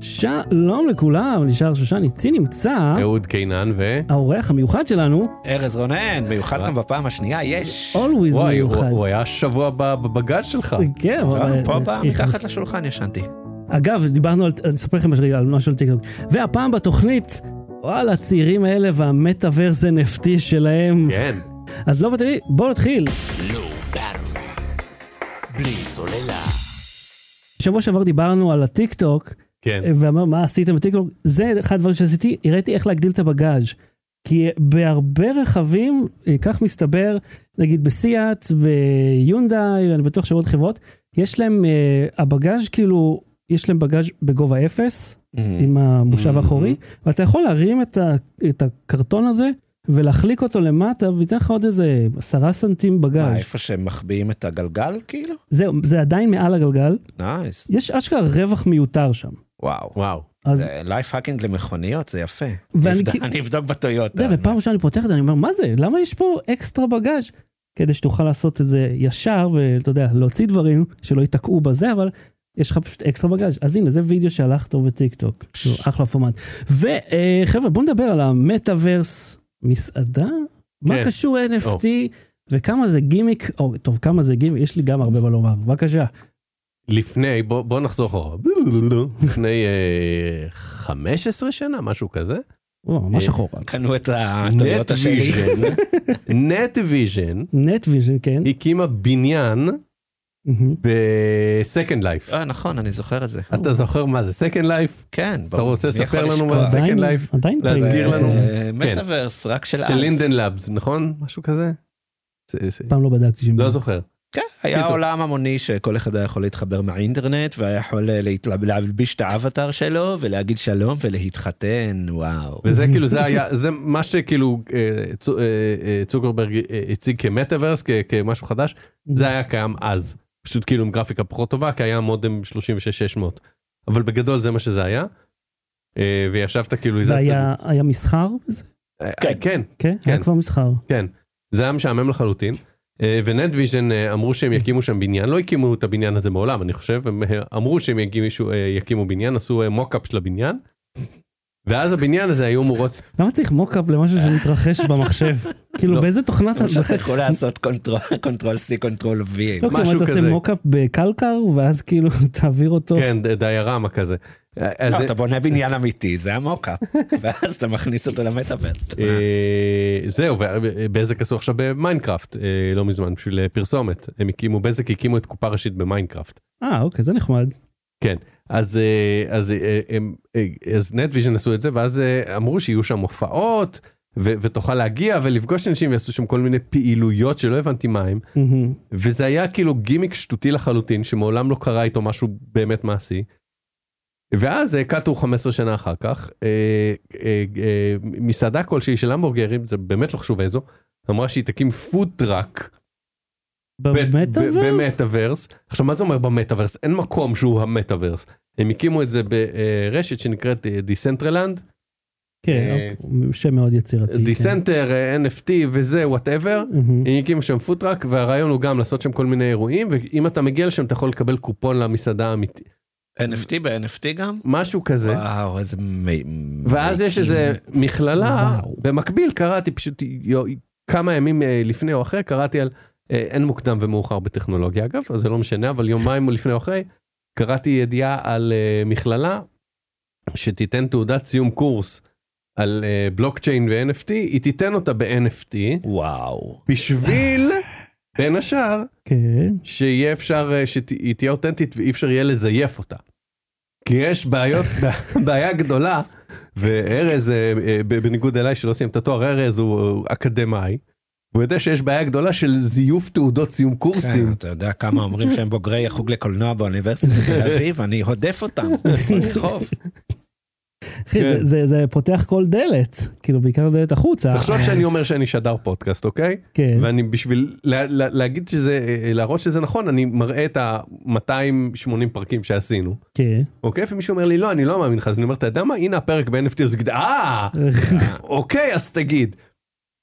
שלום לכולם, נשאר שושן איתי נמצא אה? אהוד קינן ו... האורח המיוחד שלנו, ארז רונן, מיוחד אוקיי. גם בפעם השנייה, יש. always וואי, הוא- מיוחד. הוא היה שבוע בבגז שלך. כן, לא, אוקיי. אבל... אה, פה פעם יחס- מתחת לשולחן ישנתי. אגב, דיברנו על... אני אספר לכם רגע על משהו על טיקטוק. והפעם בתוכנית, וואלה, הצעירים האלה והמטאוורס הנפטי שלהם. כן. אז לא ותראי, בואו נתחיל. בלי סוללה. שבוע שעבר דיברנו על הטיקטוק, כן. אה, ואמר מה עשיתם בטיקטוק, זה אחד הדברים שעשיתי, הראיתי איך להגדיל את הבגאז'. כי בהרבה רכבים, אה, כך מסתבר, נגיד בסיאט, ביונדאי, אני בטוח שעוד חברות, יש להם, אה, הבגאז' כאילו, יש להם בגאז' בגובה אפס, עם המושב האחורי, ואתה יכול להרים את, ה, את הקרטון הזה ולהחליק אותו למטה, וייתן לך עוד איזה עשרה סנטים מה, אה. בגאז'. איפה שמחביאים את הגלגל כאילו? זהו, זה עדיין מעל הגלגל, נייס. יש אשכרה רווח מיותר שם. וואו. וואו. אז זה לייף האקינג למכוניות, זה יפה. ואני נבדק- כאילו- אני אבדוק בטויוטה. אתה יודע, ופעם ראשונה אני פותח את זה, אני אומר, מה זה? למה יש פה אקסטרה בגאז'? כדי שתוכל לעשות את זה ישר, ואתה יודע, להוציא דברים שלא ייתקעו בזה, אבל יש לך פשוט אקסטרה בגאז'. אז הנה, זה וידאו שהלך טוב בטיקטוק. שהוא אחלה פורמט. וחבר'ה, בואו נדבר על המטאוורס מסעדה? מה כן. קשור NFT? וכמה זה גימיק? או, טוב, כמה זה גימיק? יש לי גם הרבה מה לומר. בבקשה. לפני, בוא בוא נחזור אחורה. לפני אה, 15 שנה, משהו כזה. וואו, ממש אה, אחורה. קנו את הטויוטה שלי. נט ויז'ן נטוויז'ן, כן. הקימה בניין מהמם. בסקנד לייף. אה, נכון, אני זוכר את זה. אתה זוכר מה זה סקנד לייף? כן, אתה רוצה מי יכול לספר לנו מה לשכוח? זה עדיין- סקנד לייף? עדיין להסביר טעים. לנו? כן. אה, אה, מטאוורס, רק של אז. אה. של לינדן לאבס, נכון? משהו כזה? זה- זה- פעם לא בדקתי. שם. לא זוכר. כן, היה קיצור. עולם המוני שכל אחד היה יכול להתחבר מהאינטרנט והיה יכול אה, להתלב- להלביש את האבטאר שלו ולהגיד שלום ולהתחתן, וואו. וזה כאילו זה היה זה מה שכאילו אה, צו- אה, אה, צוקרברג אה, הציג כמטאוורס כ- כמשהו חדש זה היה קיים אז פשוט כאילו עם גרפיקה פחות טובה כי היה מודם 36600 אבל בגדול זה מה שזה היה. אה, וישבת כאילו זה הזזת- היה היה מסחר? בזה? אה, כן כן, היה כן. כבר מסחר. כן זה היה משעמם לחלוטין. אה, ונטוויז'ן אמרו שהם יקימו שם בניין לא הקימו את הבניין הזה מעולם אני חושב הם אה, אמרו שהם יקימו, אה, יקימו בניין עשו אה, מוקאפ של הבניין. ואז הבניין הזה היו אמורות למה צריך מוקאפ למשהו שמתרחש במחשב? כאילו לא. באיזה תוכנת... אתה אתה עושה- יכול לעשות קונטרול C, קונטרול V. לא, כאילו, משהו אתה עושה כזה. מוקאפ בקלקר, ואז כאילו תעביר אותו. כן, ד- דיירמה כזה. אז, לא, אתה בונה בניין אמיתי, זה המוקאפ, ואז אתה מכניס אותו למטאוורס. אה, זהו, ובזק עשו עכשיו במיינקראפט, אה, לא מזמן, בשביל אה, פרסומת. הם הקימו, בזק הקימו את קופה ראשית במיינקראפט. כן. אה, אוקיי, זה נחמד. אז, אה, אז, אה, הם- אה, אז נטוויז'ן עשו את זה, ואז אה, אמרו שיהיו שם הופעות, ו- ותוכל להגיע ולפגוש אנשים, ויעשו שם כל מיני פעילויות שלא הבנתי מה הם, מהמם. וזה היה כאילו גימיק שטותי לחלוטין, שמעולם לא קרה איתו משהו באמת מעשי. ואז אה, קטו 15 שנה אחר כך, אה, אה, אה, מסעדה כלשהי של המבורגרים, זה באמת לא חשוב איזו, אמרה שהיא תקים פודטראק. במטאוורס? במטאוורס. עכשיו מה זה אומר במטאוורס? אין מקום שהוא המטאוורס. הם הקימו את זה ברשת שנקראת אה, Decentraland, אה, כן, אוקיי, שם מאוד יצירתי. כן. Mm-hmm. Decenter, אה, NFT וזה, וואטאבר. מהמם. הם הקימו שם פוטראק והרעיון הוא גם לעשות שם כל מיני אירועים ואם אתה מגיע לשם אתה יכול לקבל קופון למסעדה האמיתית NFT ב-NFT גם? משהו כזה וואו, איזה מ... ואז יש איזה מכללה וואו. במקביל קראתי פשוט יו- כמה ימים אה, לפני או אחרי קראתי על אה, אין מוקדם ומאוחר בטכנולוגיה אגב אז זה לא משנה אבל יומיים לפני או אחרי קראתי ידיעה על אה, מכללה שתיתן תעודת סיום קורס על אה, בלוקצ'יין ו-NFT היא תיתן אותה ב-NFT וואו. בשביל בין השאר כן. שיהיה אפשר, אה, שהיא תהיה אותנטית ואי אפשר יהיה לזייף אותה. כי יש בעיות, בעיה גדולה, וארז, אה, אה, ב- בניגוד אליי שלא סיים את התואר, ארז הוא הוא אה, אקדמאי, הוא יודע שיש בעיה גדולה של זיוף תעודות סיום כן, קורסים. אתה יודע כמה אומרים שהם בוגרי החוג לקולנוע באוניברסיטת תל אביב, אני הודף אותם ברחוב. אחי, כן. זה- זה- זה פותח כל דלת, כאילו בעיקר דלת החוצה. תחשוב שאני אומר שאני שדר פודקאסט, אוקיי? אוקיי. כן. ואני בשביל לה- לה- להגיד שזה, אה, להראות שזה נכון, אני מראה את ה-280 פרקים שעשינו, כן. אוקיי? ומישהו אומר לי, לא, אני לא מאמין לך, אז אני אומר, אתה יודע מה? הנה "אה, הפרק ב-NFT, אז הוא יגיד, אה! אוקיי, אז תגיד.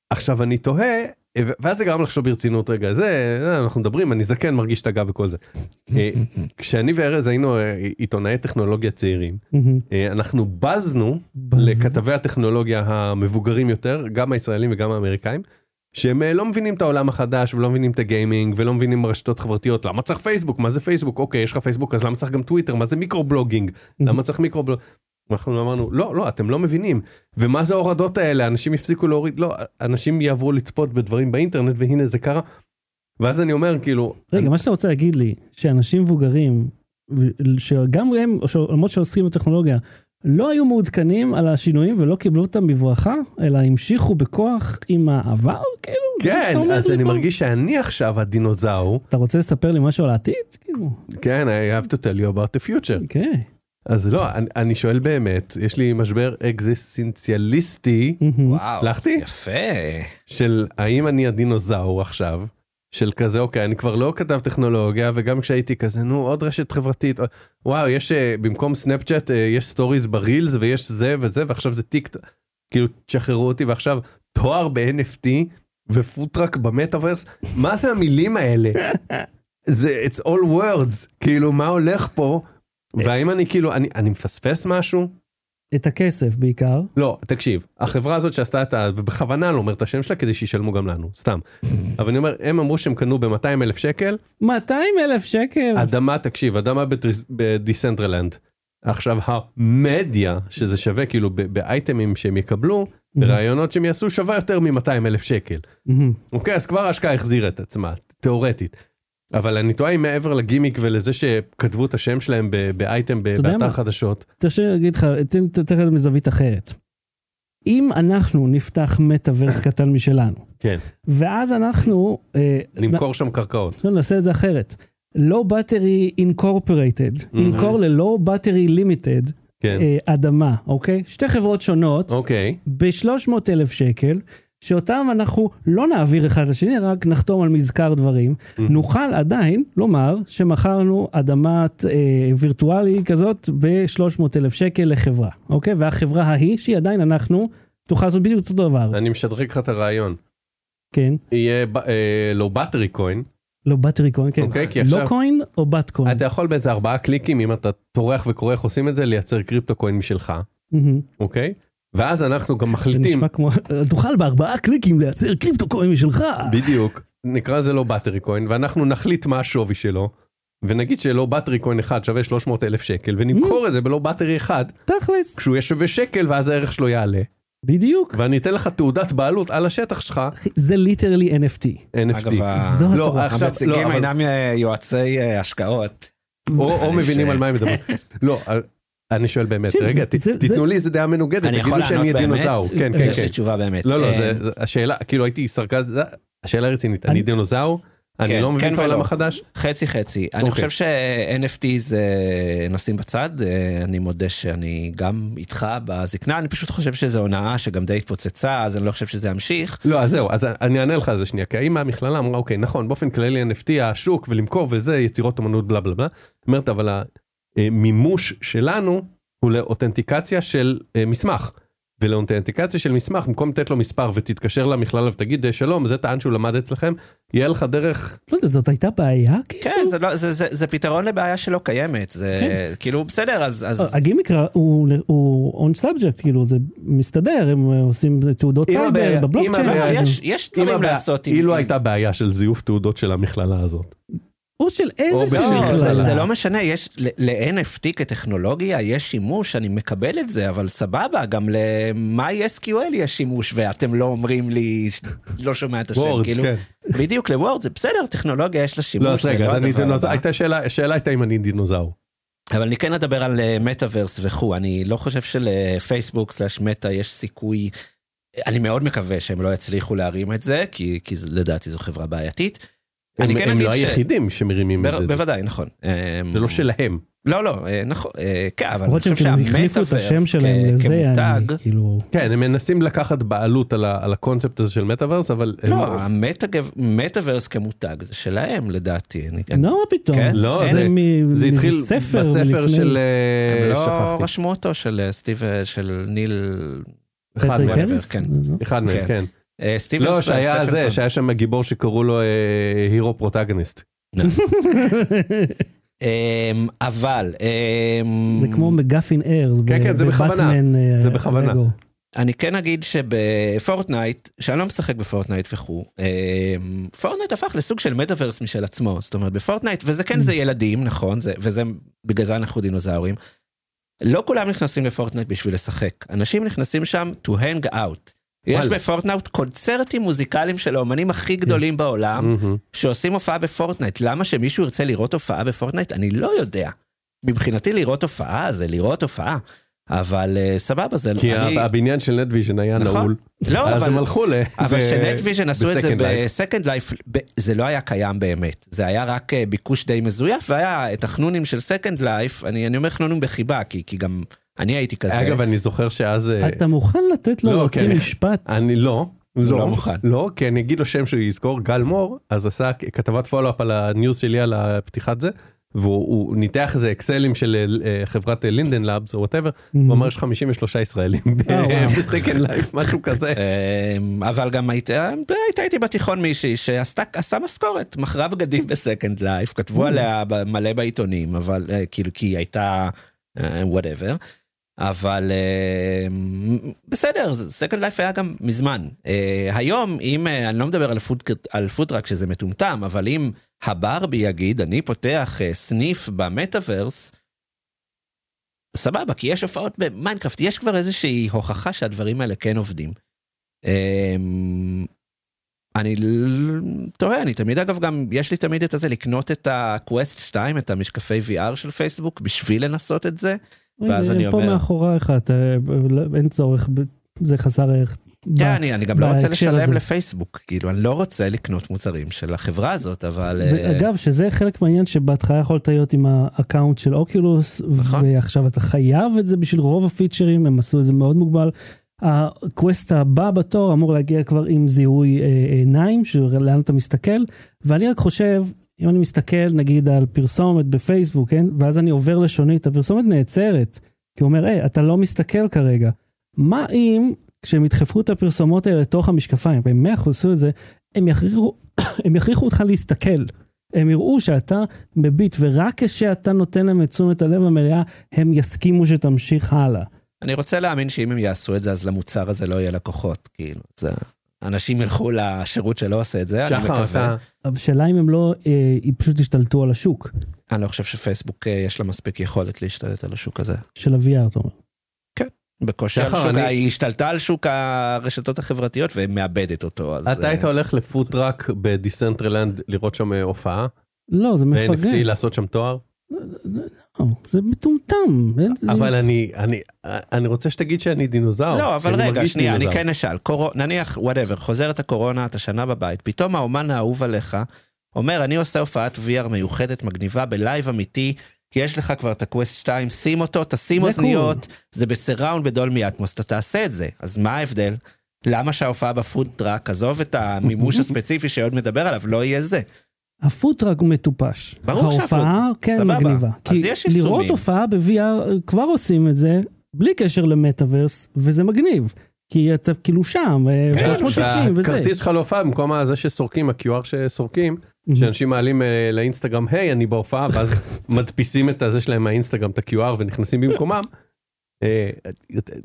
עכשיו אני תוהה ו- ואז זה גרם לחשוב ברצינות רגע זה אה, אנחנו מדברים אני זקן מרגיש את הגב וכל זה. אה, כשאני וארז היינו אה, עיתונאי טכנולוגיה צעירים מהמם. אה, אנחנו בזנו בז. לכתבי הטכנולוגיה המבוגרים יותר גם הישראלים וגם האמריקאים. שהם אה, לא מבינים את העולם החדש ולא מבינים את הגיימינג ולא מבינים רשתות חברתיות למה צריך פייסבוק מה זה פייסבוק אוקיי יש לך פייסבוק אז למה צריך גם טוויטר מה זה מיקרו בלוגינג למה צריך מיקרו בלוגינג. אנחנו אמרנו לא לא אתם לא מבינים ומה זה ההורדות האלה אנשים הפסיקו להוריד לא אנשים יעברו לצפות בדברים באינטרנט והנה זה קרה. ואז אני אומר כאילו רגע, מה שאתה רוצה להגיד לי, שאנשים מבוגרים, ו- שגם הם, ש- למרות שעוסקים בטכנולוגיה, לא היו מעודכנים על השינויים ולא קיבלו אותם בברכה, אלא המשיכו בכוח עם העבר, כאילו? זה מה כן שאתה אומר אז לי אני פה? מרגיש שאני עכשיו הדינוזאור אתה רוצה לספר לי משהו על העתיד? כאילו, כן I have to tell you about the future אוקיי. אז לא אני, אני שואל באמת יש לי משבר אקזיסטנציאליסטי מהמם. וואו. הצלחתי? יפה. של האם אני הדינוזאור עכשיו של כזה אוקיי אני כבר לא כתב טכנולוגיה וגם כשהייתי כזה נו עוד רשת חברתית וואו יש אה, במקום סנאפצ'אט אה, יש סטוריז ברילס ויש זה וזה ועכשיו זה טיק טוק. כאילו תשחררו אותי ועכשיו תואר ב-NFT ופוטראק במטאוורס מה זה המילים האלה זה it's all words כאילו מה הולך פה והאם אני כאילו אני אני מפספס משהו את הכסף בעיקר. לא, תקשיב, החברה הזאת שעשתה את ה... ובכוונה לא אומר את השם שלה כדי שישלמו גם לנו, סתם. אבל אני אומר, הם אמרו שהם קנו ב-200 אלף שקל, 200 אלף שקל? אדמה, תקשיב, אדמה בטריס- בדיסנטרלנד. עכשיו המדיה, שזה שווה כאילו ב- באייטמים שהם יקבלו, ברעיונות שהם יעשו, שווה יותר מ-200 אלף שקל. מהמם. אוקיי, אז כבר ההשקעה החזירה את עצמה, תיאורטית. אבל אני טועה אם מעבר לגימיק ולזה שכתבו את השם שלהם ב- באייטם ב- אתה יודע באתר מה? חדשות, תרשה לי להגיד לך, תן תראה מזווית אחרת. אם אנחנו נפתח מטאוורס קטן משלנו, כן, ואז אנחנו... אה, נמכור שם קרקעות. לא, נעשה את זה אחרת. לא בטרי אינקורפרטד, אינקור Mm-hmm. nice. ללא בטרי לימיטד, כן, אה, אדמה, אוקיי? שתי חברות שונות, אוקיי. ב-300 אלף שקל, שאותם אנחנו לא נעביר אחד לשני, רק נחתום על מזכר דברים. Mm-hmm. נוכל עדיין לומר שמכרנו אדמת אה, וירטואלי כזאת ב-300 אלף שקל לחברה, אוקיי? והחברה ההיא, שהיא עדיין אנחנו, תוכל לעשות בדיוק אותו דבר, אני משדרג לך את הרעיון. כן? יהיה ב- אה, לו בטרי קוין, לא בטרי קוין, כן. אוקיי, כי לא עכשיו קוין או בת קוין. אתה יכול באיזה ארבעה קליקים, אם אתה טורח וכורך עושים את זה, לייצר קריפטו קוין משלך, מהמם. אוקיי? ואז אנחנו גם זה מחליטים, נשמע כמו, תוכל בארבעה קליקים לייצר קריפטו קוין משלך. בדיוק, נקרא לזה לו בטרי קוין, ואנחנו נחליט מה השווי שלו, ונגיד שלו בטרי קוין אחד שווה 300 אלף שקל, ונמכור את זה בלא בטרי אחד, תכלס. כשהוא יהיה שווה שקל, ואז הערך שלו יעלה. בדיוק. ואני אתן לך תעודת בעלות על השטח שלך, אחי, זה ליטרלי NFT. NFT. אגב, ה- זו לא, התורה. עכשיו- לא, המציגים אבל- אינם אה, יועצי אה, השקעות. או, או אני מבינים ש- על מה הם מדברים. לא, אני שואל באמת, תקשיב, רגע, זה- ת- זה- תיתנו לי איזה דעה מנוגדת, אני תגידו יכול לענות שאני באמת? דינוזאור. כן, כן, יש כן. לי תשובה באמת. לא, לא, אה, זה זה- השאלה, כאילו הייתי סרקז, זה- השאלה רצינית, אני אני- דינוזאור, אני כן, לא מבין כן את העולם ולא. החדש, חצי חצי. אני אוקיי. חושב ש-NFT זה נשים בצד, אה, אני מודה שאני גם איתך בזקנה, אני פשוט חושב שזו הונאה שגם די התפוצצה, אז אני לא חושב שזה ימשיך. לא, אז זהו, אז אני אענה לך על זה שנייה, כי האם המכללה אמרה, אוקיי, נכון, באופן כללי NFT, השוק ולמכור וזה, יצירות אומנות בלה בלה בלה, אומרת, אבל המימוש שלנו הוא לאותנטיקציה של אה, מסמך. ולאותנטיקציה של מסמך, במקום לתת לו מספר ותתקשר למכללה ותגיד, "אה, שלום, זה טען שהוא למד אצלכם, יהיה לך דרך לא יודע, זאת הייתה בעיה? כאילו? אוקיי. כן, זה, לא, זה, זה, זה פתרון לבעיה שלא קיימת, זה כן. כן. כאילו בסדר, אז... אז... אה, הגימיק ר- הוא- הוא on subject, כאילו, זה מסתדר, הם אה, עושים תעודות אם הבעיה- סייבר אם בבלוקצ'יין. לא, הבעיה- יש, יש אם דברים הבע- לעשות עם... אילו הייתה בעיה של זיוף תעודות של המכללה הזאת. או של או איזה בשביל לא, מכללה. זה, זה לא משנה, יש ל- ל-NFT כטכנולוגיה, יש שימוש, אני מקבל את זה, אבל סבבה, גם ל-MySQL יש שימוש, ואתם לא אומרים לי, לא שומע את השם, וורד, כאילו, כן. בדיוק לוורד, זה בסדר, טכנולוגיה יש לה לא, אז שימוש, זה רגע, לא אז אני הדבר אתן לו, הבא. הייתה שאלה, השאלה הייתה אם אני דינוזאור. אבל אני כן אדבר על אה, מטאוורס וכו', אני לא חושב שלפייסבוק סלאש מטא יש סיכוי, אני מאוד מקווה שהם לא יצליחו להרים את זה, כי, כי זה- לדעתי זו חברה בעייתית. אני הם כן הם אגיד לא ש- היחידים שמרימים את ב- זה, בוודאי, נכון. אה, זה לא שלהם. לא, לא, אה, נכון, אה, כן, אבל אני למרות שהם חושב כאילו החליפו את שהמטאוורס השם שלהם כ- לזה, כמותג, אני כאילו... כן, הם מנסים לקחת בעלות על ה- על הקונספט הזה של מטאוורס, אבל... הם- לא, המטאוורס כמותג זה שלהם לדעתי. אני- אני- לא, מה פתאום? כן? לא, זה זה- מ- זה התחיל מאיזה ספר בספר מלפני- של... אה, הם לא שכחתי. רשמו אותו של אה, סטיב, אה, של ניל... אחד פטריק מהם, הריס? כן. לא. אחד מהם, כן. כן. אה, סטיבן לא, שהיה סטפנסון. זה, שהיה שם הגיבור שקראו לו אה, הירו פרוטגניסט. אמ, אבל אמ, זה כמו מגפין אה, אר. Mm. כן, כן, זה בכוונה. זה בכוונה. אני כן אגיד שבפורטנייט, שאני לא משחק בפורטנייט וכו', אמ, פורטנייט הפך לסוג של מטאוורס משל עצמו, זאת אומרת בפורטנייט, וזה כן זה ילדים, נכון, זה, וזה בגלל זה אנחנו דינוזאורים. לא כולם נכנסים לפורטנייט בשביל לשחק, אנשים נכנסים שם to hang out. יש וואלה. כן. בפורטנייט קונצרטים מוזיקליים של האומנים הכי גדולים בעולם, מהמם. שעושים הופעה בפורטנייט. למה שמישהו ירצה לראות הופעה בפורטנייט? אני לא יודע. מבחינתי לראות הופעה זה לראות הופעה, אבל אה, סבבה, זה לא... כי אני- ה- הבניין של נטוויז'ן היה נכון. נעול. לא, אז אבל... הם הלכו ל... אבל ב- כשנטוויז'ן עשו את זה ב-Second Life. בסקנד לייף, זה לא היה קיים באמת. זה היה רק אה, ביקוש די מזויף, והיה את החנונים של סקנד לייף, אני אני אומר חנונים בחיבה, כי כי גם אני הייתי כזה. אגב, אני זוכר שאז... אה, אתה מוכן לתת לו לא, להוציא כן. משפט? אני לא. לא לא, מוכן. לא, כי אני אגיד לו שם שהוא יזכור, גל מור, אז עשה כתבת פולו-אפ על הניוז שלי על הפתיחת זה, והוא הוא ניתח איזה אקסלים של אה, חברת לינדן לאבס או וואטאבר, הוא אמר יש 53 ישראלים Mhm. אה, וואו. בסקנד לייף, משהו כזה. אמ, אבל גם הייתי אה, הייתה איתי בתיכון מישהי שעשתה עשתה משכורת, מכרה בגדים בסקנד לייף, כתבו עליה ב- מלא בעיתונים, אבל אה, כאילו כי היא הייתה וואטאבר. אבל אמ, בסדר, סקנד לייף היה גם מזמן. אה, היום, אם, אה, אני לא מדבר על פוד- על פודטראק שזה מטומטם, אבל אם הברבי יגיד, אני פותח אה, סניף במטאוורס, סבבה, כי יש הופעות במיינקראפט, יש כבר איזושהי הוכחה שהדברים האלה כן עובדים. אמ, אני ל- תוהה, אני תמיד, אגב, גם יש לי תמיד את הזה לקנות את ה-Quest 2, את המשקפי VR של פייסבוק, בשביל לנסות את זה. ואז אני פה אומר- מאחוריך, אתה- לא- אין צורך, ב- זה חסר ערך. כן, ב- אני, אני גם לא רוצה בהקשר לשלם הזה. לפייסבוק, כאילו, אני לא רוצה לקנות מוצרים של החברה הזאת, אבל... אה, ואגב, שזה חלק מהעניין שבהתחלה יכולת להיות עם האקאונט של אוקולוס, נכון. ועכשיו אתה חייב את זה בשביל רוב הפיצ'רים, הם עשו את זה מאוד מוגבל. הקווסט הבא בתור אמור להגיע כבר עם זיהוי אה, עיניים, של לאן אתה מסתכל, ואני רק חושב, אם אני מסתכל נגיד על פרסומת בפייסבוק, כן? ואז אני עובר לשונית, הפרסומת נעצרת, כי הוא אומר, היי, אתה לא מסתכל כרגע. מה אם כשהם ידחפו את הפרסומות האלה לתוך המשקפיים, והם מאה אחוז עשו את זה, הם יכריחו, הם יכריחו אותך להסתכל. הם יראו שאתה מביט, ורק כשאתה נותן להם את תשומת הלב המלאה, הם יסכימו שתמשיך הלאה. אני רוצה להאמין שאם הם יעשו את זה, אז למוצר הזה לא יהיה לקוחות, כאילו, זה... אנשים ילכו לשירות שלא עושה את זה, אני שחר, מקווה. אתה... השאלה אם הם לא, אה, הם פשוט השתלטו על השוק אני לא חושב שפייסבוק אה, יש לה מספיק יכולת להשתלט על השוק הזה. של ה-VR, אתה אומר. בקושי על שחר, שוק, נכון, אני- ה- היא השתלטה על שוק הרשתות החברתיות ומאבדת אותו, אז... אתה אה, היית הולך לפוטראק בדיסנטרלנד לראות שם אה, הופעה, לא, זה מפגר. ב-NFT לעשות שם תואר, לא, זה מטומטם. אין- זה- אבל אני אני אני רוצה שתגיד שאני דינוזאור. לא, אבל אני רגע, כאילו, מרגיש לא." שנייה, אני דינוזאור. כן אשאל. קורו- נניח, וואטאבר, חוזרת הקורונה, אתה שנה בבית, פתאום האומן האהוב עליך אומר, אני עושה הופעת VR מיוחדת, מגניבה, בלייב אמיתי, יש לך כבר את הקווסט 2, שים אותו, תשים זה אוזניות, זה בסיראונד בדולמי אטמוס, אתה תעשה את זה. אז מה ההבדל? למה שההופעה בפודטראק, עזוב את המימוש הספציפי שעוד מדבר עליו, לא יהיה זה. הפוטראק הוא מטופש. ברור ההופעה, שהפוט- כן, סבבה. מגניבה. אז כי יש יישומים. לראות הופעה ב-VR, כבר עושים את זה, בלי קשר למטאוורס, וזה מגניב. כי אתה כאילו שם, אה, כן, 360 וזה. כרטיס חלופה במקום הזה שסורקים ה-QR שסורקים שאנשים מעלים אה, לאינסטגרם היי אני בהופעה ואז מדפיסים את הזה שלהם מהאינסטגרם את ה-QR ונכנסים במקומם. אה,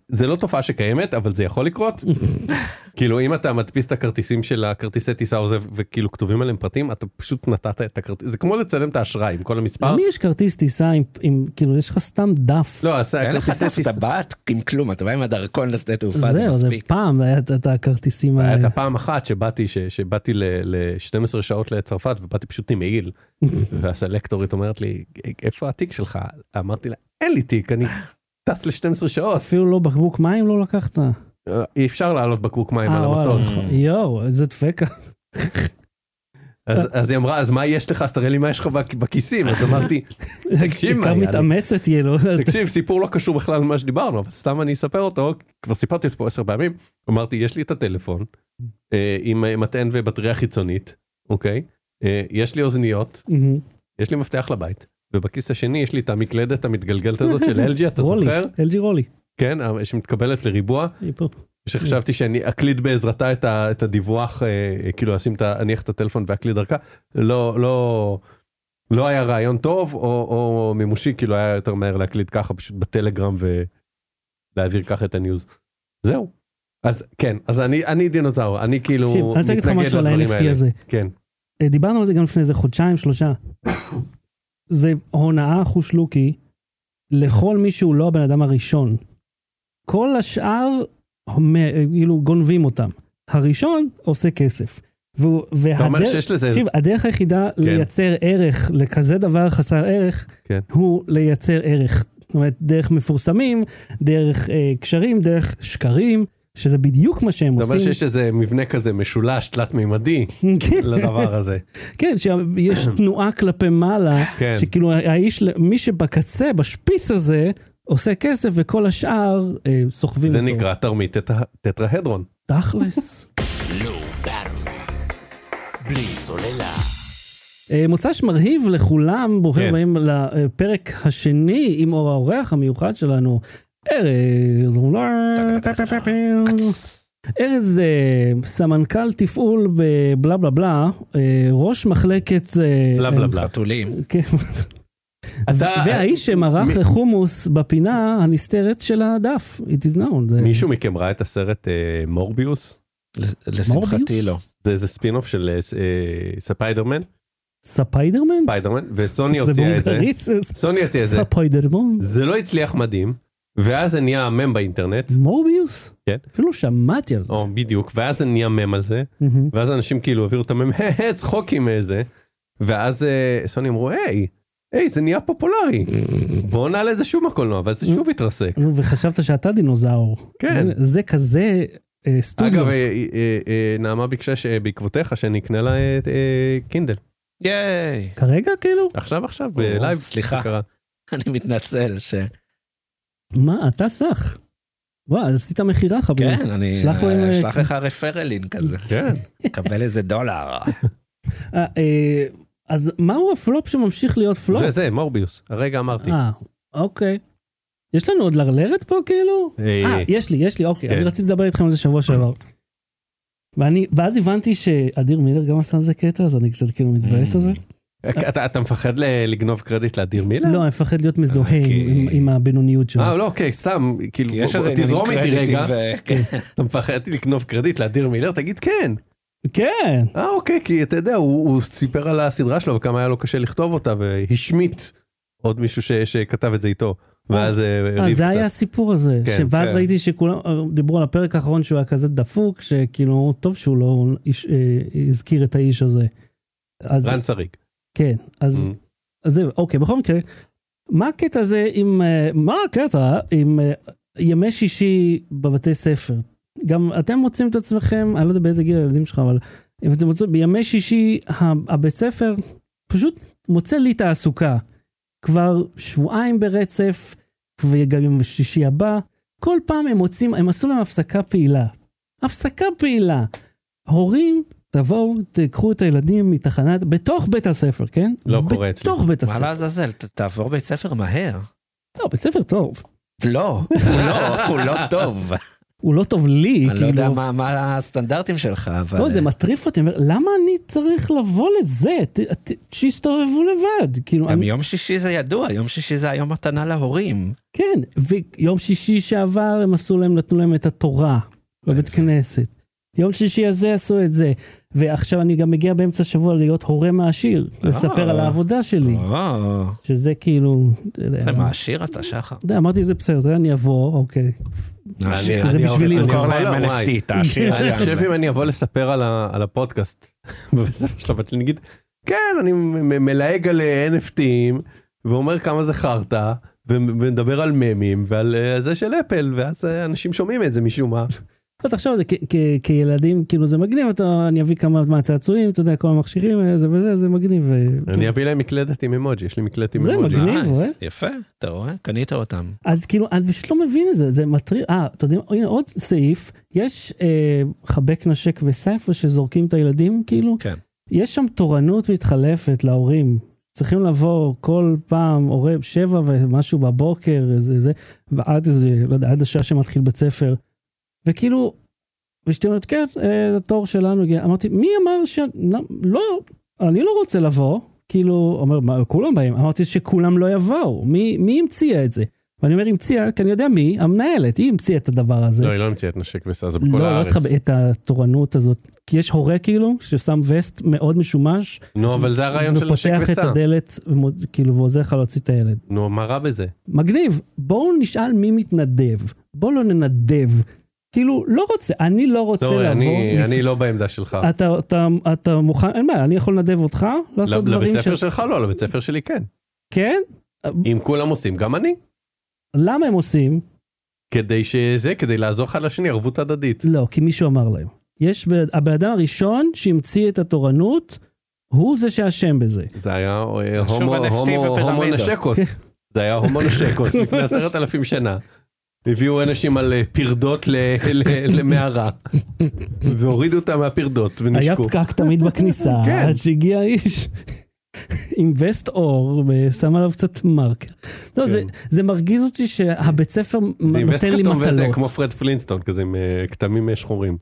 זה לא תופעה שקיימת אבל זה יכול לקרות כאילו אם אתה מדפיס את הכרטיסים של הכרטיסי טיסה או זה וכאילו כתובים עליהם פרטים אתה פשוט נתת את הכרטיס זה כמו לצלם את האשראי עם כל המספר. למי יש כרטיס טיסה עם, עם כאילו יש לך סתם דף. לא, אז אין לך הכרטיסי דף טיסה. טבעת עם כלום, אתה בא עם הדרכון לשדה תעופה, זה זהו, זה מספיק. פעם היה את- את הכרטיסים האלה. הייתה פעם אחת שבאתי, ש, שבאתי ל-12 שעות לצרפת ובאתי פשוט עם מעיל. והסלקטורית אומרת לי, איפה התיק שלך? אמרתי לה, אין לי תיק, אני טס ל-12 שעות. אפילו לא בקבוק מים לא לקחת. אי אפשר לעלות בקבוק מים על אה, וואלה. אה, המטוס. יואו, איזה דפקה. אז, אז היא אמרה, אז מה יש לך? אז תראה לי מה יש לך בק- בכיסים. אז אמרתי, תקשיב, מה בעיקר היה לי. מתאמצת כאילו. יהיה לו. תקשיב, סיפור לא קשור בכלל למה שדיברנו, אבל סתם אני אספר אותו, כבר סיפרתי אותו פה עשר פעמים. אמרתי, יש לי את הטלפון אה, עם אה, מטען ובטריה חיצונית, אוקיי? אה, יש לי אוזניות, מהמם. יש לי מפתח לבית, ובכיס השני יש לי את המקלדת המתגלגלת הזאת של LG, אתה רולי, זוכר? LG רולי. כן, ה- שמתקבלת לריבוע, היא פה. שחשבתי שאני אקליד בעזרתה את, ה, את הדיווח, אה, כאילו אשים את ה... אניח את הטלפון ואקליד דרכה, לא, לא, לא היה רעיון טוב או, או מימושי, כאילו היה יותר מהר להקליד ככה פשוט בטלגרם ולהעביר ככה את הניוז. זהו. אז כן, אז אני, אני דינוזאור, אני כאילו תקשיב, אני רוצה להגיד לך משהו על ה-NFT הזה. כן, אה, דיברנו על זה גם לפני איזה חודשיים, שלושה. זה הונאה חושלוקי לכל מי שהוא לא הבן אדם הראשון. כל השאר, מ- אה, כאילו, גונבים אותם. הראשון עושה כסף. והוא, אתה אומר והדרך, שיש לזה... תקשיב, הדרך היחידה לייצר ערך לכזה דבר חסר ערך, כן. הוא לייצר ערך. זאת אומרת, דרך מפורסמים, דרך אה, קשרים, דרך שקרים, שזה בדיוק מה שהם אתה אומר עושים. שיש איזה מבנה כזה משולש תלת מימדי כן. לדבר הזה. כן, שיש תנועה כלפי מעלה, כן. שכאילו האיש, מי שבקצה, בשפיץ הזה, עושה כסף וכל השאר אה, סוחבים זה אותו. נקרא תרמית טטרה- טטרהדרון. תכלס. בלי סוללה. אה, מוצ"ש מרהיב לכולם, ברוכים כן. הבאים לפרק השני עם אור האורח המיוחד שלנו, ארז רולר. ארז, אה, סמנכ"ל תפעול בבלה בלה בלה, אה, ראש מחלקת... אה, בלה בלה בלה. חתולים. כן. אתה- והאיש שמרח מי- חומוס בפינה הנסתרת של הדף, it is known. זה- מישהו מכם ראה את הסרט אה, מורביוס? לשמחתי מורביוס? לא. זה איזה ספינוף של אה, אה, ספיידרמן, ספיידרמן? ספיידרמן, וסוני זה הוציאה את זה. בהונגרית? זה- סוני הוציאה את זה. ספיידרמן? זה לא הצליח מדהים, ואז זה נהיה מם באינטרנט, מורביוס? כן. אפילו שמעתי על זה. או בדיוק, ואז זה נהיה מם על זה, מהמם. ואז אנשים כאילו העבירו את המם, צחוקים איזה, ואז אה, סוני אמרו, היי, היי, זה נהיה פופולרי, בואו נעלה את זה שוב מהקולנוע, ואז זה שוב התרסק. נו, וחשבת שאתה דינוזאור. כן. זה כזה אה, סטודיו. אגב, אה, אה, אה, נעמה ביקשה שבעקבותיך שאני אקנה לה אה, אה, קינדל. ייי. כרגע כאילו? עכשיו עכשיו אה, או, בלייב. סליחה. זה קרה. אני מתנצל ש... מה, אתה סך. וואי, אז עשית מכירה חברים. כן, אני שלח לו כן. עם- אה, אשלח לך רפרלין כזה. כן. קבל איזה דולר. אה, אה, אז מהו הפלופ שממשיך להיות פלופ? זה זה מורביוס הרגע אמרתי. לא. אה, אוקיי. יש לנו עוד לרלרת פה כאילו? אה, אה, יש לי, יש לי, אוקיי. כן. אני רציתי לדבר איתכם על זה שבוע שעבר. ואני, ואז הבנתי שאדיר מילר גם עשה על זה קטע, אז אני קצת כאילו מתבאס על זה. אה, אתה- אתה מפחד ל- לגנוב קרדיט לאדיר מילר? לא, אני מפחד להיות מזוהה עם- אוקיי. עם- עם הבינוניות שלו. אה לא אוקיי סתם כאילו כי יש בוא- איזה בוא, תזרום איתי קרדיטים רגע ו- כן. אתה מפחד לגנוב קרדיט לאדיר מילר תגיד כן כן, אה אוקיי כי אתה יודע הוא הוא סיפר על הסדרה שלו וכמה היה לו קשה לכתוב אותה והשמיט עוד מישהו ש- שכתב את זה איתו ואז אה, אה, ריב זה היה קצת. הסיפור הזה. כן, ואז כן. ראיתי שכולם אה, דיברו על הפרק האחרון שהוא היה כזה דפוק, שכאילו, טוב שהוא לא איש- אה, הזכיר את האיש הזה. אז רן צריג. כן, אז Mm. אז זהו, אוקיי, בכל מקרה, מה הקטע הזה עם, אה, מה הקטע עם אה, ימי שישי בבתי ספר? גם אתם מוצאים את עצמכם, אני לא יודע באיזה גיל הילדים שלך, אבל אם אתם מוצאים, בימי שישי ה- הבית ספר פשוט מוצא לי תעסוקה. כבר שבועיים ברצף, וגם יום שישי הבא, כל פעם הם מוצאים, הם עשו להם הפסקה פעילה. הפסקה פעילה. הורים, תבואו, תיקחו את הילדים מתחנת, בתוך בית הספר, כן? לא קורה אצלי. בתוך בית מה הספר. לעזאזל, ת- תעבור בית ספר מהר. לא, בית ספר טוב. לא, הוא לא, הוא לא טוב. הוא לא טוב לי, אני לא יודע כאילו. מה- מה הסטנדרטים שלך, אבל... אה, לא, זה מטריף אותי, אני אומר, למה אני צריך לבוא לזה? ת- ת- שיסתובבו לבד. כאילו, גם אני- יום שישי זה ידוע, יום שישי זה היום מתנה להורים. כן, ויום שישי שעבר הם עשו להם, נתנו להם את התורה בבית אה. כנסת. יום שישי הזה עשו את זה. ועכשיו אני גם מגיע באמצע השבוע להיות הורה מעשיר, אה. לספר על העבודה שלי, או, שזה כאילו, אתה יודע, אה. זה מעשיר אתה, שחר. אתה יודע, אמרתי זה בסדר, אני אבוא, אוקיי. מעשיר. זה אני- בשבילי, אני- תמכור אני- להם וואי. NFT, תעשיר. אני לגמרי. חושב אם אני אבוא לספר על ה- על הפודקאסט בבית של הבת שלי נגיד כן אני מ- מ- מלהג על אה, NFTים ואומר כמה זה חרטא ו- ומדבר על ממים ועל אה, זה של אפל ואז אה, אנשים שומעים את זה משום מה. אז תחשוב על זה כ- כ- כילדים, כאילו זה מגניב, אתה, אני אביא כמה מהצעצועים, אתה יודע, כל המכשירים האלה, זה וזה, זה מגניב. אה, ו- אני אביא להם מקלדת עם אמוג'י יש לי מקלדת עם כן. זה אמוג'י. מגניב. אני רואה. יפה, אתה רואה? קנית אותם. אז כאילו, אני פשוט לא מבין את זה, זה מטריד, אה, אתה יודעים, הנה עוד סעיף, יש אה, חבק נשק וסייפה שזורקים את הילדים, כאילו, כן. יש שם תורנות מתחלפת להורים, צריכים לבוא כל פעם, הורה שבע ומשהו בבוקר, זה זה, ועד איזה, לא יודע, עד השעה שמתחיל בית ספר. וכאילו, ואשתי אומרת, כן, אה, התור שלנו הגיע. אמרתי, מי אמר ש... למ- לא, אני לא רוצה לבוא. כאילו, אומר, מה, כולם באים. אמרתי שכולם לא יבואו. מי, מי המציאה את זה? ואני אומר, המציאה, כי אני יודע מי, המנהלת, היא המציאה את הדבר הזה. לא, היא לא המציאה את נשק וסע, זה לא, בכל לא הארץ. אותך את התורנות הזאת. כי יש הורה כאילו, ששם וסט מאוד משומש, נו, לא, אבל זה הרעיון של נשק ופותח את וסע. הדלת, ומוד- כאילו, ועוזר לך להוציא את הילד. נו, מה רע בזה? מגניב, בואו נשאל מי מתנדב. בואו לא ננדב. כאילו, לא רוצה, אני לא רוצה לא, לבוא. אני- נס- אני לא בעמדה שלך. אתה, אתה, אתה מוכן, אין בעיה, אני יכול לנדב אותך, לעשות לב- דברים לבית ספר של... שלך לא, לבית ספר שלי כן. כן? אם כולם עושים, גם אני. למה הם עושים? כדי שזה, כדי לעזור אחד לשני, ערבות הדדית. לא, כי מישהו אמר להם. יש, בן- הבן אדם הראשון שהמציא את התורנות, הוא זה שאשם בזה. זה היה אה, שוב הומו- NFT הומו הומו ופירמידות. נשקוס. זה היה הומו נשקוס לפני עשרת אלפים שנה. הביאו אנשים על אה, פרדות ל- ל- למערה, והורידו אותם מהפרדות היה ונשקו. פקק תמיד בכניסה, כן. עד שהגיע איש עם וסט אור, ושם עליו קצת מרקר. לא, כן. זה, זה מרגיז אותי שהבית ספר זה עם וסט נותן לי כתום וזה כמו מטלות. פרד פלינסטון, כזה עם אה, כתמים אה, שחורים.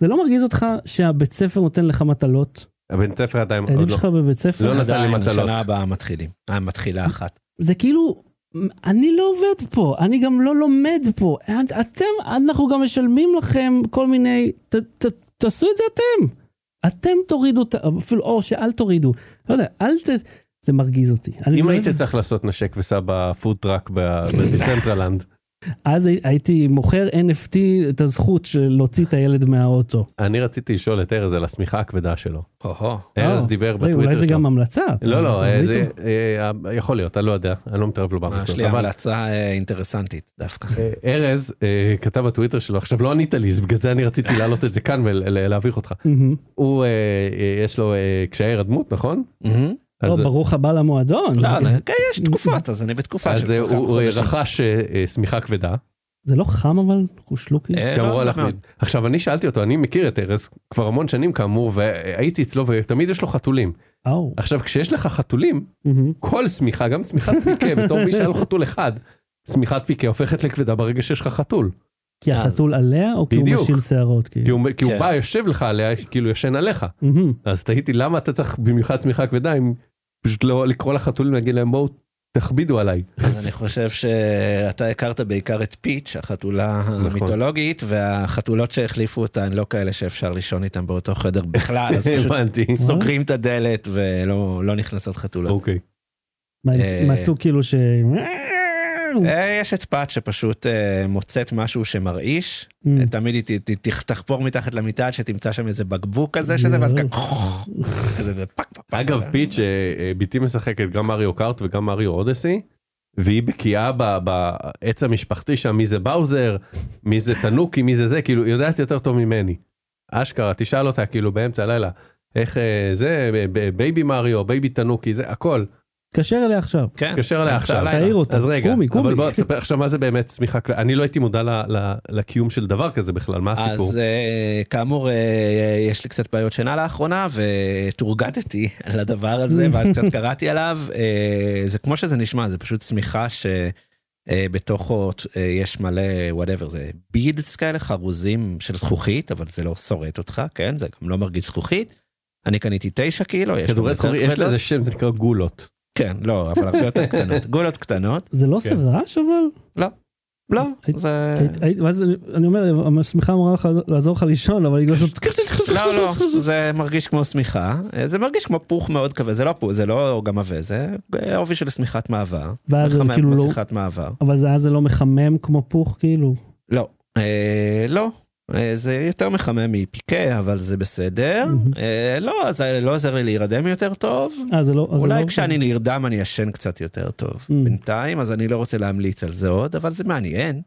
זה לא מרגיז אותך שהבית ספר נותן לך מטלות? הבן ספר עדיין הילדים עוד לא. שלך בבית ספר? לא נתן לי עדיין, מטלות. השנה הבאה מתחילים. אה, מתחילה אחת. זה כאילו, אני לא עובד פה, אני גם לא לומד פה. את- אתם, אנחנו גם משלמים לכם כל מיני, ת, ת, תעשו את זה אתם. אתם תורידו, את ה- אפילו, או שאל תורידו. לא יודע, אל ת... זה מרגיז אותי. אני אם לא- היית צריך לעשות נשק וסבא פוד טראק בדיסנטרלנד, אז הי- הייתי מוכר NFT את הזכות של להוציא את הילד מהאוטו. אני רציתי לשאול את ארז על השמיכה הכבדה שלו. הו-הו. ארז אה, דיבר אולי- אולי בטוויטר זה שלו. גם המלצה. אתה- לא, אתה לא, אה, ממליץ זה, לו? אה, אה, יכול להיות, אני לא יודע, אני לא מתערב לו יש בעמותות. לי אבל המלצה אה, אינטרסנטית דווקא. אה, ארז אה, כתב בטוויטר שלו, עכשיו לא ענית לי, אז בגלל זה אני רציתי להעלות את זה כאן ולהביך אותך. מהמם. הוא, אה, אה, יש לו אה, קשיי הירדמות, נכון? מהמם. לא, אז- אה, ברוך הבא למועדון. אוקיי. לא, אני- כן, יש תקופות, אז אני בתקופה אז של אה, כמה הוא הוא חודשים. רכש אה, אה, שמיכה כבדה, זה לא חם אבל? חושלוקי? אה, לא, שאמרו לא הלך מאוד. מ- עכשיו אני שאלתי אותו, אני מכיר את ארז כבר המון שנים כאמור, והייתי אצלו ותמיד יש לו חתולים. אאו. עכשיו כשיש לך חתולים, מהמם. כל שמיכה, גם שמיכת פיקה, בתור מי שהיה לו חתול אחד, שמיכת פיקה הופכת לכבדה ברגע שיש לך חתול. כי אז- החתול עליה, או כי הוא אה, בדיוק. משיל שערות? כאילו? כי הוא, כי הוא כן. בא, יושב לך עליה, כאילו ישן עליך. מהמם. אז תהיתי למה אתה צריך במיוחד צמיחה כבדה אם פשוט לא לקרוא לחתולים להגיד להם בואו תכבידו עליי. אז אני חושב שאתה הכרת בעיקר את פיץ', החתולה נכון. המיתולוגית, והחתולות שהחליפו אותה הן לא כאלה שאפשר לישון איתן באותו חדר בכלל, אז פשוט הבנתי. סוגרים את הדלת ולא לא נכנסות חתולות. אוקיי. מה, אה, הם עשו כאילו ש... אוקיי. אה, יש את פת שפשוט אה, מוצאת משהו שמרעיש, אה, Mm. תמיד היא ת- ת- תחפור מתחת למיטה עד שתמצא שם איזה בקבוק כזה שזה, ואז ככה, כזה ופק פק פק. אגב פיץ', אה, אה, בתי משחקת גם מריו קארט וגם מריו אודסי. והיא בקיאה ב- בעץ המשפחתי שם, מי זה באוזר, מי זה תנוקי, מי זה זה, כאילו, היא יודעת יותר טוב ממני. אשכרה, תשאל אותה כאילו באמצע הלילה, איך אה, זה, ב- ב- בייבי מריו, בייבי תנוקי, זה הכל. תתקשר אליה עכשיו. כן, תתקשר אליה באמצע עכשיו. הלילה. תעיר אותה. אז רגע, קומי, קומי. אבל בוא תספר עכשיו מה זה באמת צמיחה כללית, אני לא הייתי מודע ל- ל- לקיום של דבר כזה בכלל, מה הסיפור? אז אה, כאמור, אה, יש לי קצת בעיות שינה לאחרונה, ותורגדתי על הדבר הזה, ואז קצת קראתי עליו. אה, זה כמו שזה נשמע, זה פשוט שמיכה שבתוכו אה, יש מלא, וואטאבר, זה בידס כאלה, חרוזים של זכוכית, אבל זה לא שורט אותך, כן? זה גם לא מרגיש זכוכית. אני קניתי תשע קילו, יש גם כדורי יותר זכוכית, יש כבדות. לזה שם, זה נקרא גולות. כן, לא, אבל הרבה יותר קטנות. גולות קטנות, זה לא עושה כן. רעש אבל? אה, לא, היית- זה... היית- היית- ואז אני- אני אומר, השמיכה אמורה לך לעזור לך לישון, אבל היא גם עושה... לא, כן, לא, זה מרגיש כמו שמיכה, אה, זה מרגיש כמו פוך מאוד כבד, זה לא פוך, זה לא גם עבה, זה אה, עובי של שמיכת מעבר. ואז זה מחמם כאילו כמו לא... שמיכת מעבר. אבל זה- אז זה לא מחמם כמו פוך כאילו. לא, אה, לא. אה, זה יותר מחמם מפיקה, אבל זה בסדר. אה, לא, זה לא עוזר לי להירדם יותר טוב. אה, זה לא... אז זה אולי לא- כשאני נרדם אני ישן קצת יותר טוב Mm. בינתיים, אז אני לא רוצה להמליץ על זה עוד, אבל זה מעניין.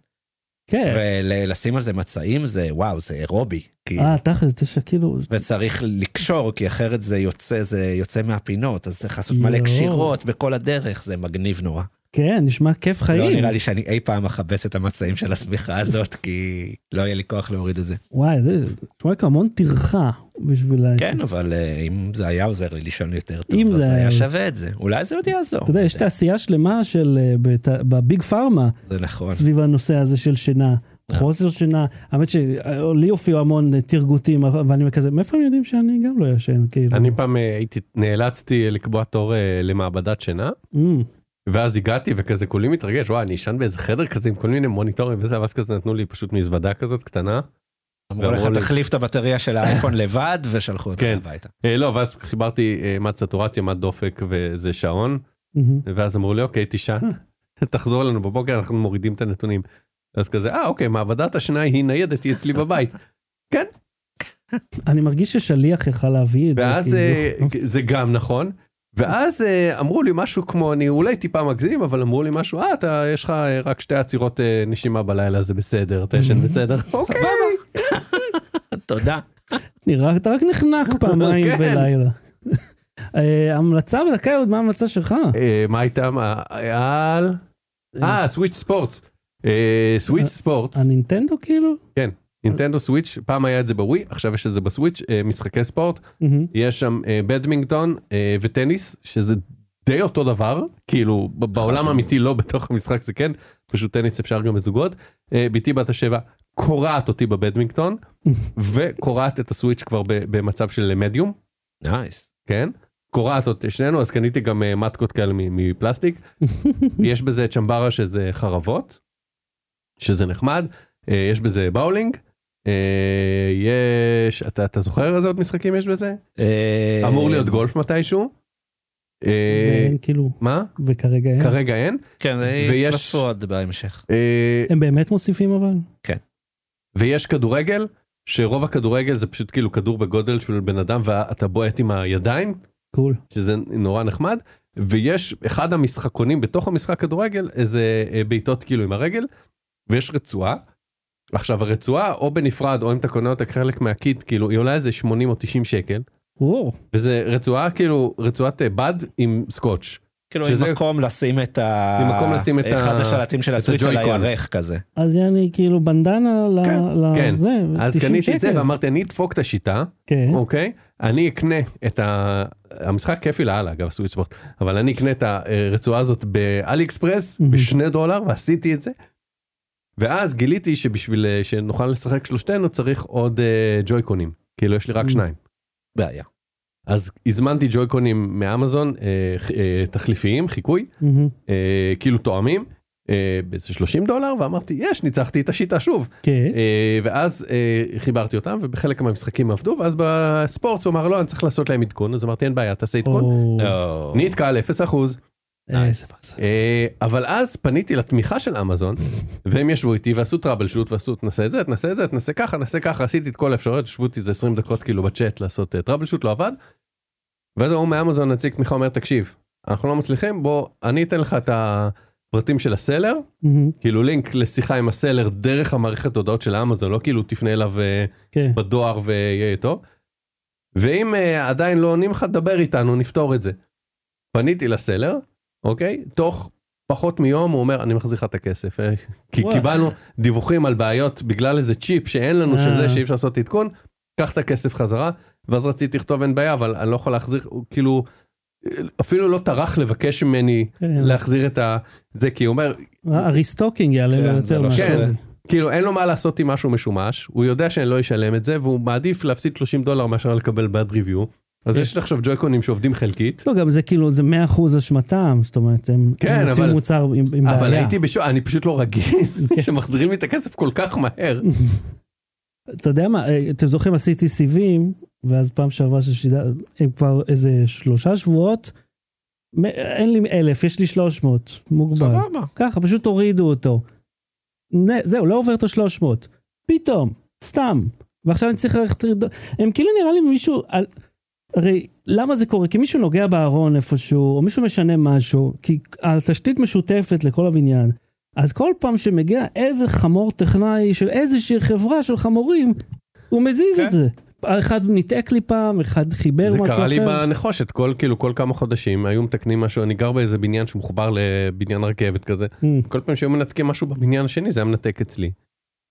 כן. ולשים על זה מצעים זה, וואו, זה אירובי. כאילו. אה, תכל'ס, תשע כאילו... וצריך לקשור כי אחרת זה יוצא זה יוצא מהפינות אז צריך לעשות מלא יואו. קשירות בכל הדרך זה מגניב נורא. כן, נשמע כיף חיים. לא נראה לי שאני אי פעם אכבס את המצעים של השמיכה הזאת כי לא יהיה לי כוח להוריד את זה. וואי, זה נשמע כמו המון טרחה בשביל... ה- כן אבל אה, אם זה היה עוזר לי לישון יותר אם טוב זה אז זה היה היה- שווה את זה אולי זה עוד יעזור. אתה יודע, יש תעשייה שלמה של... אה, בת- בביג פארמה. זה נכון. סביב הנושא הזה של שינה. חוסר שינה, האמת שלי הופיעו המון תרגותים, ואני כזה, מאיפה הם יודעים שאני גם לא ישן, כאילו. אני פעם אה, הייתי, נאלצתי לקבוע תור אה, למעבדת שינה, אמ, ואז הגעתי וכזה כולי מתרגש, וואי, אני אשן באיזה חדר כזה עם כל מיני מוניטורים וזה, ואז כזה נתנו לי פשוט מזוודה כזאת קטנה. אמרו לך ואמרו לי- תחליף את הבטריה של האייפון לבד ושלחו אותך כן. הביתה. אה, לא, ואז חיברתי אה, מד סטורציה, מד דופק וזה שעון, אמ. ואז אמרו לי, אוקיי, תישן, תחזור אלינו בבוקר, אנחנו מורידים את הנתונים. אז כזה, אה, אוקיי, מעבדת השינה היא ניידת, היא אצלי בבית. אני מרגיש ששליח יכל להביא את זה. ואז אה, כאילו. זה גם נכון. ואז אה, אמרו לי משהו כמו אני אולי טיפה מגזים אבל אמרו לי משהו אה אתה יש לך אה, רק שתי עצירות אה, נשימה בלילה זה בסדר אתה ישן בסדר אוקיי תודה. נראה, אתה רק נחנק פעמיים כן. בלילה. אה, המלצה בדקה עוד מה ההמלצה שלך? אה, מה איתם אה, על אה סוויץ' ספורטס סוויץ' אה, ספורטס הנינטנדו כאילו? נינטנדו סוויץ' כן, פעם היה את זה בווי עכשיו יש את זה בסוויץ' אה, משחקי ספורט מהמם. יש שם אה, בדמינגטון אה, וטניס שזה די אותו דבר כאילו ב- בעולם האמיתי לא בתוך המשחק זה כן פשוט טניס אפשר גם בזוגות. אה, בתי בת השבע קורעת אותי בבדמינגטון וקורעת את הסוויץ' כבר ב- במצב של מדיום נייס. כן קורעת את שנינו אז קניתי גם אה, מתקות כאלה מ- מפלסטיק יש בזה צ'מברה שזה חרבות שזה נחמד אה, יש בזה באולינג. אה, יש אתה אתה זוכר איזה עוד משחקים יש בזה אה, אמור להיות גולף מתישהו. אה, ואין כאילו, מה? וכרגע אין. כרגע אין. כן, ויש- יתווספו עוד בהמשך. אה, הם באמת מוסיפים אבל? ויש כדורגל, שרוב הכדורגל זה פשוט כאילו כדור בגודל של בן אדם ואתה בועט עם הידיים, קול. שזה נורא נחמד. ויש אחד המשחקונים בתוך המשחק כדורגל איזה אה, בעיטות כאילו עם הרגל ויש רצועה. עכשיו הרצועה או בנפרד או אם אתה קונה אותה כחלק מהקיט כאילו היא עולה איזה 80 או 90 שקל וואו. וזה רצועה כאילו רצועת אה, בד עם סקוץ'. כאילו שזה- עם מקום לשים את ה... עם מקום לשים את ה- אחד השלטים של את הסוויץ' על הג'וי-קון. הירך כזה. אז יעני כאילו בנדנה ל- כן, כן. לזה, אז 90 קניתי את זה שקל. ואמרתי אני אדפוק את השיטה כן. אוקיי? אני אקנה את ה... המשחק כיפי לאללה, אגב, סוויץ' ספורט, אבל אני אקנה את הרצועה הזאת באלי אקספרס Mhm. בשני דולר, ועשיתי את זה. ואז גיליתי שבשביל אה, שנוכל לשחק שלושתנו צריך עוד אה, ג'ויקונים, כאילו יש לי רק Mhm. שניים. בעיה. אז הזמנתי ג'ויקונים מאמזון, אה, ח- אה, תחליפיים, חיקוי, מהמם. אה, כאילו תואמים, אה, באיזה 30 דולר, ואמרתי, יש, ניצחתי את השיטה שוב. כן. אה, ואז אה, חיברתי אותם ובחלק מהמשחקים עבדו ואז בספורט הוא אמר לא אני צריך לעשות להם עדכון אז אמרתי אין בעיה תעשה עדכון. או, אה, לא. נתקע על 0 אחוז אה, איזה נייס. באסה. אבל אז פניתי לתמיכה של אמזון והם ישבו איתי ועשו טראבל שוט ועשו תנסה את זה תנסה את זה תנסה ככה תנסה ככה עשיתי את כל האפשרויות ישבו איתי איזה 20 דקות כאילו בצ'אט לעשות אה, טראבל שוט לא עבד. ואז ההוא מאמזון נציג תמיכה אומר תקשיב אנחנו לא מצליחים בוא אני אתן לך את הפרטים של הסלר מהמם. כאילו לינק לשיחה עם הסלר דרך המערכת הודעות של אמזון לא כאילו תפנה אליו. אה, כן. בדואר ויהיה איתו. ואם אה, עדיין לא עונים לך, דבר איתנו, נפתור את זה. פניתי לסלר, אוקיי? תוך פחות מיום הוא אומר, אני מחזיר לך את הכסף. אה, כי וואי. קיבלנו דיווחים על בעיות בגלל איזה צ'יפ שאין לנו אה. שזה, שאי אפשר לעשות עדכון, קח את הכסף חזרה, ואז רציתי לכתוב אין בעיה, אבל אני לא יכול להחזיר, הוא כאילו, אה, אפילו לא טרח לבקש ממני כן. להחזיר את ה... זה, כי הוא אומר, הריסטוקינג יעלה כן, לו זה יותר לא מאשר. שווה. כאילו אין לו מה לעשות עם משהו משומש הוא יודע שאני לא אשלם את זה והוא מעדיף להפסיד 30 דולר מאשר לקבל bad review. אז כן. יש לי עכשיו ג'ויקונים שעובדים חלקית לא, גם זה כאילו, זה 100% אשמתם, זאת אומרת, הם כן, הם מוציאים אבל- מוצר עם עם בעיה. אבל הייתי בשוק אני פשוט לא רגיל כן. שמחזירים לי את הכסף כל כך מהר. אתה יודע מה, אה, אתם זוכרים עשיתי סיבים, ואז פעם שעברה ששידה, הם כבר איזה שלושה שבועות, מ- אין לי אלף, יש לי 300, מוגבל. סבבה. ככה, פשוט הורידו אותו. נ- זהו, לא עובר את ה-300. פתאום, סתם. ועכשיו אני צריך ללכת... לרדו- הם כאילו נראה לי מישהו... על- הרי למה זה קורה? כי מישהו נוגע בארון איפשהו, או מישהו משנה משהו, כי התשתית משותפת לכל הבניין. אז כל פעם שמגיע איזה חמור טכנאי של איזושהי חברה של חמורים, הוא מזיז כן. את זה. אחד ניתק לי פעם, אחד חיבר זה משהו אחר. קרה לי בנחושת כל כאילו כל כמה חודשים היו מתקנים משהו אני גר באיזה בניין שמחובר לבניין רכבת כזה Mm. כל פעם שהיו מנתקים משהו בבניין השני זה היה מנתק אצלי.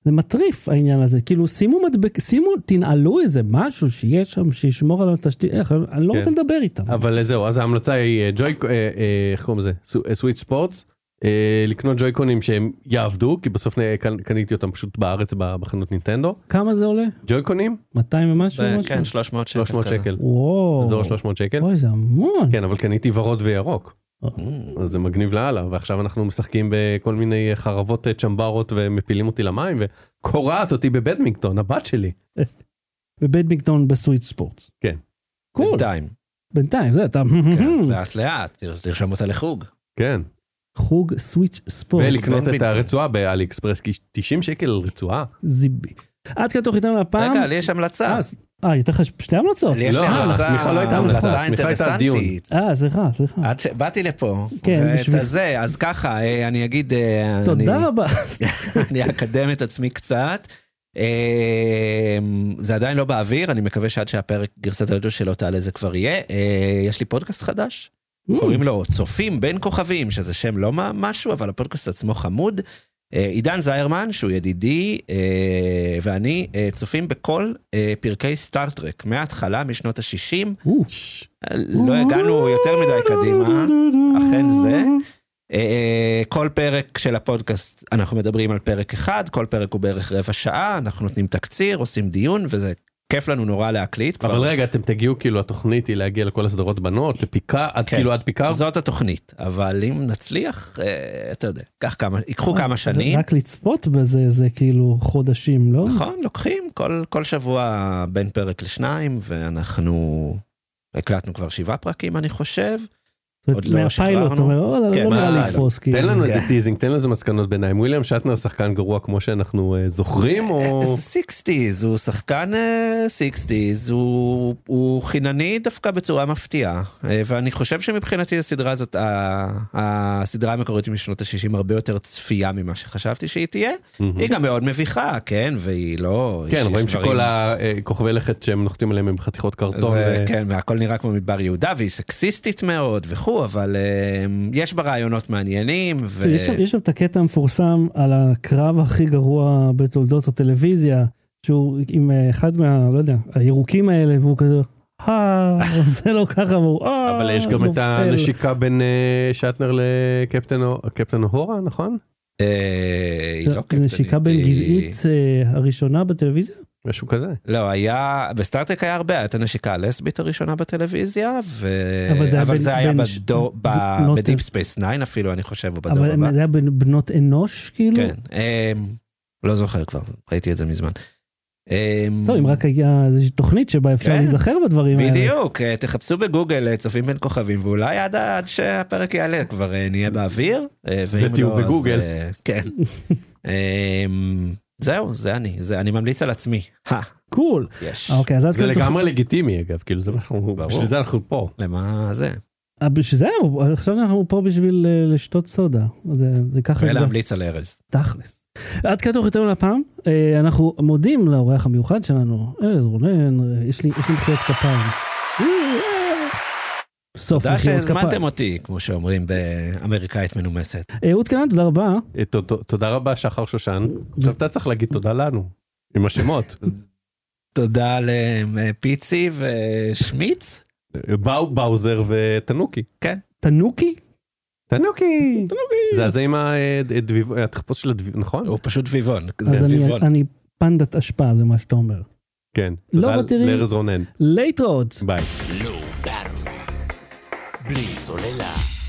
זה מטריף העניין הזה, כאילו שימו מדבק, שימו, תנעלו איזה משהו שיהיה שם, שישמור על התשתית, איך, אני לא כן. רוצה לדבר איתם. אבל זהו אז ההמלצה היא אה, ג'וי אה, אה, איך קוראים לזה אה, סוויץ' ספורטס אה, לקנות ג'ויקונים שהם יעבדו, כי בסוף נ- אה, קנ- קניתי אותם פשוט בארץ ב- בחנות נינטנדו. כמה זה עולה? ג'ויקונים, 200 ומשהו? ב- אה, משהו? כן, 300 שקל. 300 כזה. שקל. וואו. אזור 300 שקל. אוי, זה המון. כן, אבל קניתי ורוד וירוק. Mm. אז זה מגניב לאללה, ועכשיו אנחנו משחקים בכל מיני חרבות אה, צ'מברות ומפילים אותי למים וקורעת אותי בבדמינגטון, הבת שלי. בבדמינגטון בסוויט ספורט. כן. קול. בינתיים. כן, בינתיים, זה אתה... Mm. לאט לאט, תר- תרשום אותה לחוג. כן. חוג סוויט ספורט. ולקנות את בדמינגטון. הרצועה באלי אקספרס, כי 90 שקל על רצועה. זיבי. עד כאן תוכניתנו להפעם. רגע, לי יש המלצה. אה, ס- אה, הייתה לך ש- שתי המלצות. לי יש לא, לי המלצה. השמיכה לא הייתה המלצה, המלצה השמיכה הייתה דיון. אינטרסנטית. אה, סליחה, סליחה. עד שבאתי לפה. כן, ואת בשביל- הזה, אז ככה, אה, אני אגיד... אה, אני- תודה רבה. אני אקדם את עצמי קצת. אה, זה עדיין לא באוויר, אני מקווה שעד שהפרק, גרסת האודיו שלו תעלה זה כבר יהיה. אה, יש לי פודקאסט חדש, קוראים לו צופים בין כוכבים, שזה שם לא מה- משהו, אבל הפודקאסט עצמו חמוד. אה, עידן זיירמן, שהוא ידידי, אה, ואני אה, צופים בכל אה, פרקי סטארט-טרק, מההתחלה, משנות ה-60. או, לא הגענו יותר מדי קדימה, אכן זה. אה, כל פרק של הפודקאסט, אנחנו מדברים על פרק אחד, כל פרק הוא בערך רבע שעה, אנחנו נותנים תקציר, עושים דיון, וזה כיף לנו נורא להקליט. אבל כבר- רגע, אתם תגיעו, כאילו, התוכנית היא להגיע לכל הסדרות בנות, לפיקה, עד כן. כאילו עד פיקר. זאת התוכנית, אבל אם נצליח, אה, אתה יודע, קח כמה, אה, ייקחו כמה שנים. רק לצפות בזה זה כאילו חודשים, לא? נכון, לוקחים כל, כל שבוע בין פרק לשניים, ואנחנו הקלטנו כבר שבעה פרקים, אני חושב. זאת עוד אומרת, לא מהפיילוט שחררנו. אומר, "או, כן, לא נראה לי מה, יתפוס, כאילו. תן לנו איזה כן. טיזינג, תן לנו איזה מסקנות ביניים. וויליאם שטנר שחקן גרוע כמו שאנחנו אה, זוכרים, או... זה 60's, הוא שחקן אה, 60's, הוא, הוא חינני דווקא בצורה מפתיעה, אה, ואני חושב שמבחינתי הסדרה הזאת, ה- הסדרה המקורית משנות ה-60 הרבה יותר צפייה ממה שחשבתי שהיא תהיה. מהמם. היא גם מאוד מביכה, כן, והיא לא... כן, יש- רואים יש דברים- שכל הכוכבי לכת שהם נוחתים עליהם הם חתיכות קרטון. אה, זה, ו- כן, והכל נראה כמו מדבר יהודה, והיא סקסיסטית מאוד וכו', אבל אה, יש בה רעיונות מעניינים, ו... כאילו, יש שם- יש שם את הקטע המפורסם על הקרב הכי גרוע בתולדות הטלוויזיה, שהוא עם אה, אחד מה, לא יודע, הירוקים האלה, והוא כזה, אה, זה לא ככה, והוא, אה, אבל יש גם את נופל." הנשיקה בין אה, שטנר לקפטן הו- קפטן הורה, נכון? אה, היא זה- לא זה נשיקה קפטנית, בין היא- גזעית אה, הראשונה בטלוויזיה? משהו כזה. לא, היה, בסטארטק היה הרבה, הייתה נשיקה הלסבית הראשונה בטלוויזיה, ו... אבל זה היה אבל בין- זה היה בין ש- בדור, ב... בנות- בדיפ ספייס 9 אפילו, אני חושב, או בדור הבא. אבל זה היה בין בנות אנוש, כאילו? כן, אמ, לא זוכר כבר, ראיתי את זה מזמן. אמ, טוב, אם רק היה איזושהי תוכנית שבה אפשר כן. להיזכר בדברים האלה. בדיוק, אה, תחפשו בגוגל אה, צופים בין כוכבים, ואולי עד, ה- עד שהפרק יעלה כבר אה, נהיה באוויר. אה, ואם ותהיו לא, אז, בגוגל. אה, כן. אמ, זהו, זה אני, זה אני ממליץ על עצמי. הא, קול. יש. אה, אוקיי, אז עד זה כאן... תוכנית- לגמרי לגיטימי אגב, כאילו זה מה שאנחנו, כן, ברור. בשביל זה אנחנו פה. למה זה? אה, בשביל זה, אנחנו- עכשיו אנחנו פה בשביל אה, לשתות סודה. זה- זה ככה... ולהמליץ על ארז. תכלס. עד כאן תוכניתנו לפעם, אה, אנחנו מודים לאורח המיוחד שלנו, ארז רונן, אה, יש לי יש לי מחיאות כפיים. סוף תודה מחיאות כפיים. שהזמנתם אותי, כמו שאומרים באמריקאית מנומסת. אה, אהוד קנן, תודה רבה. אה, ת- ת- תודה רבה שחר שושן, עכשיו אתה צריך להגיד תודה לנו, עם השמות. תודה לפיצי ושמיץ. כן, באו- באוזר ותנוקי. תנוקי? תנוקי! זה הזה עם הדביב- התחפוש של הדביב, נכון? הוא פשוט ויבון, אז זה אני- ויבון. אני פנדת אשפה, זה מה שאתה אומר. כן. לא, תודה אבל תראי- לארז רונן, להתראות. ביי. Low Battery. בלי סוללה.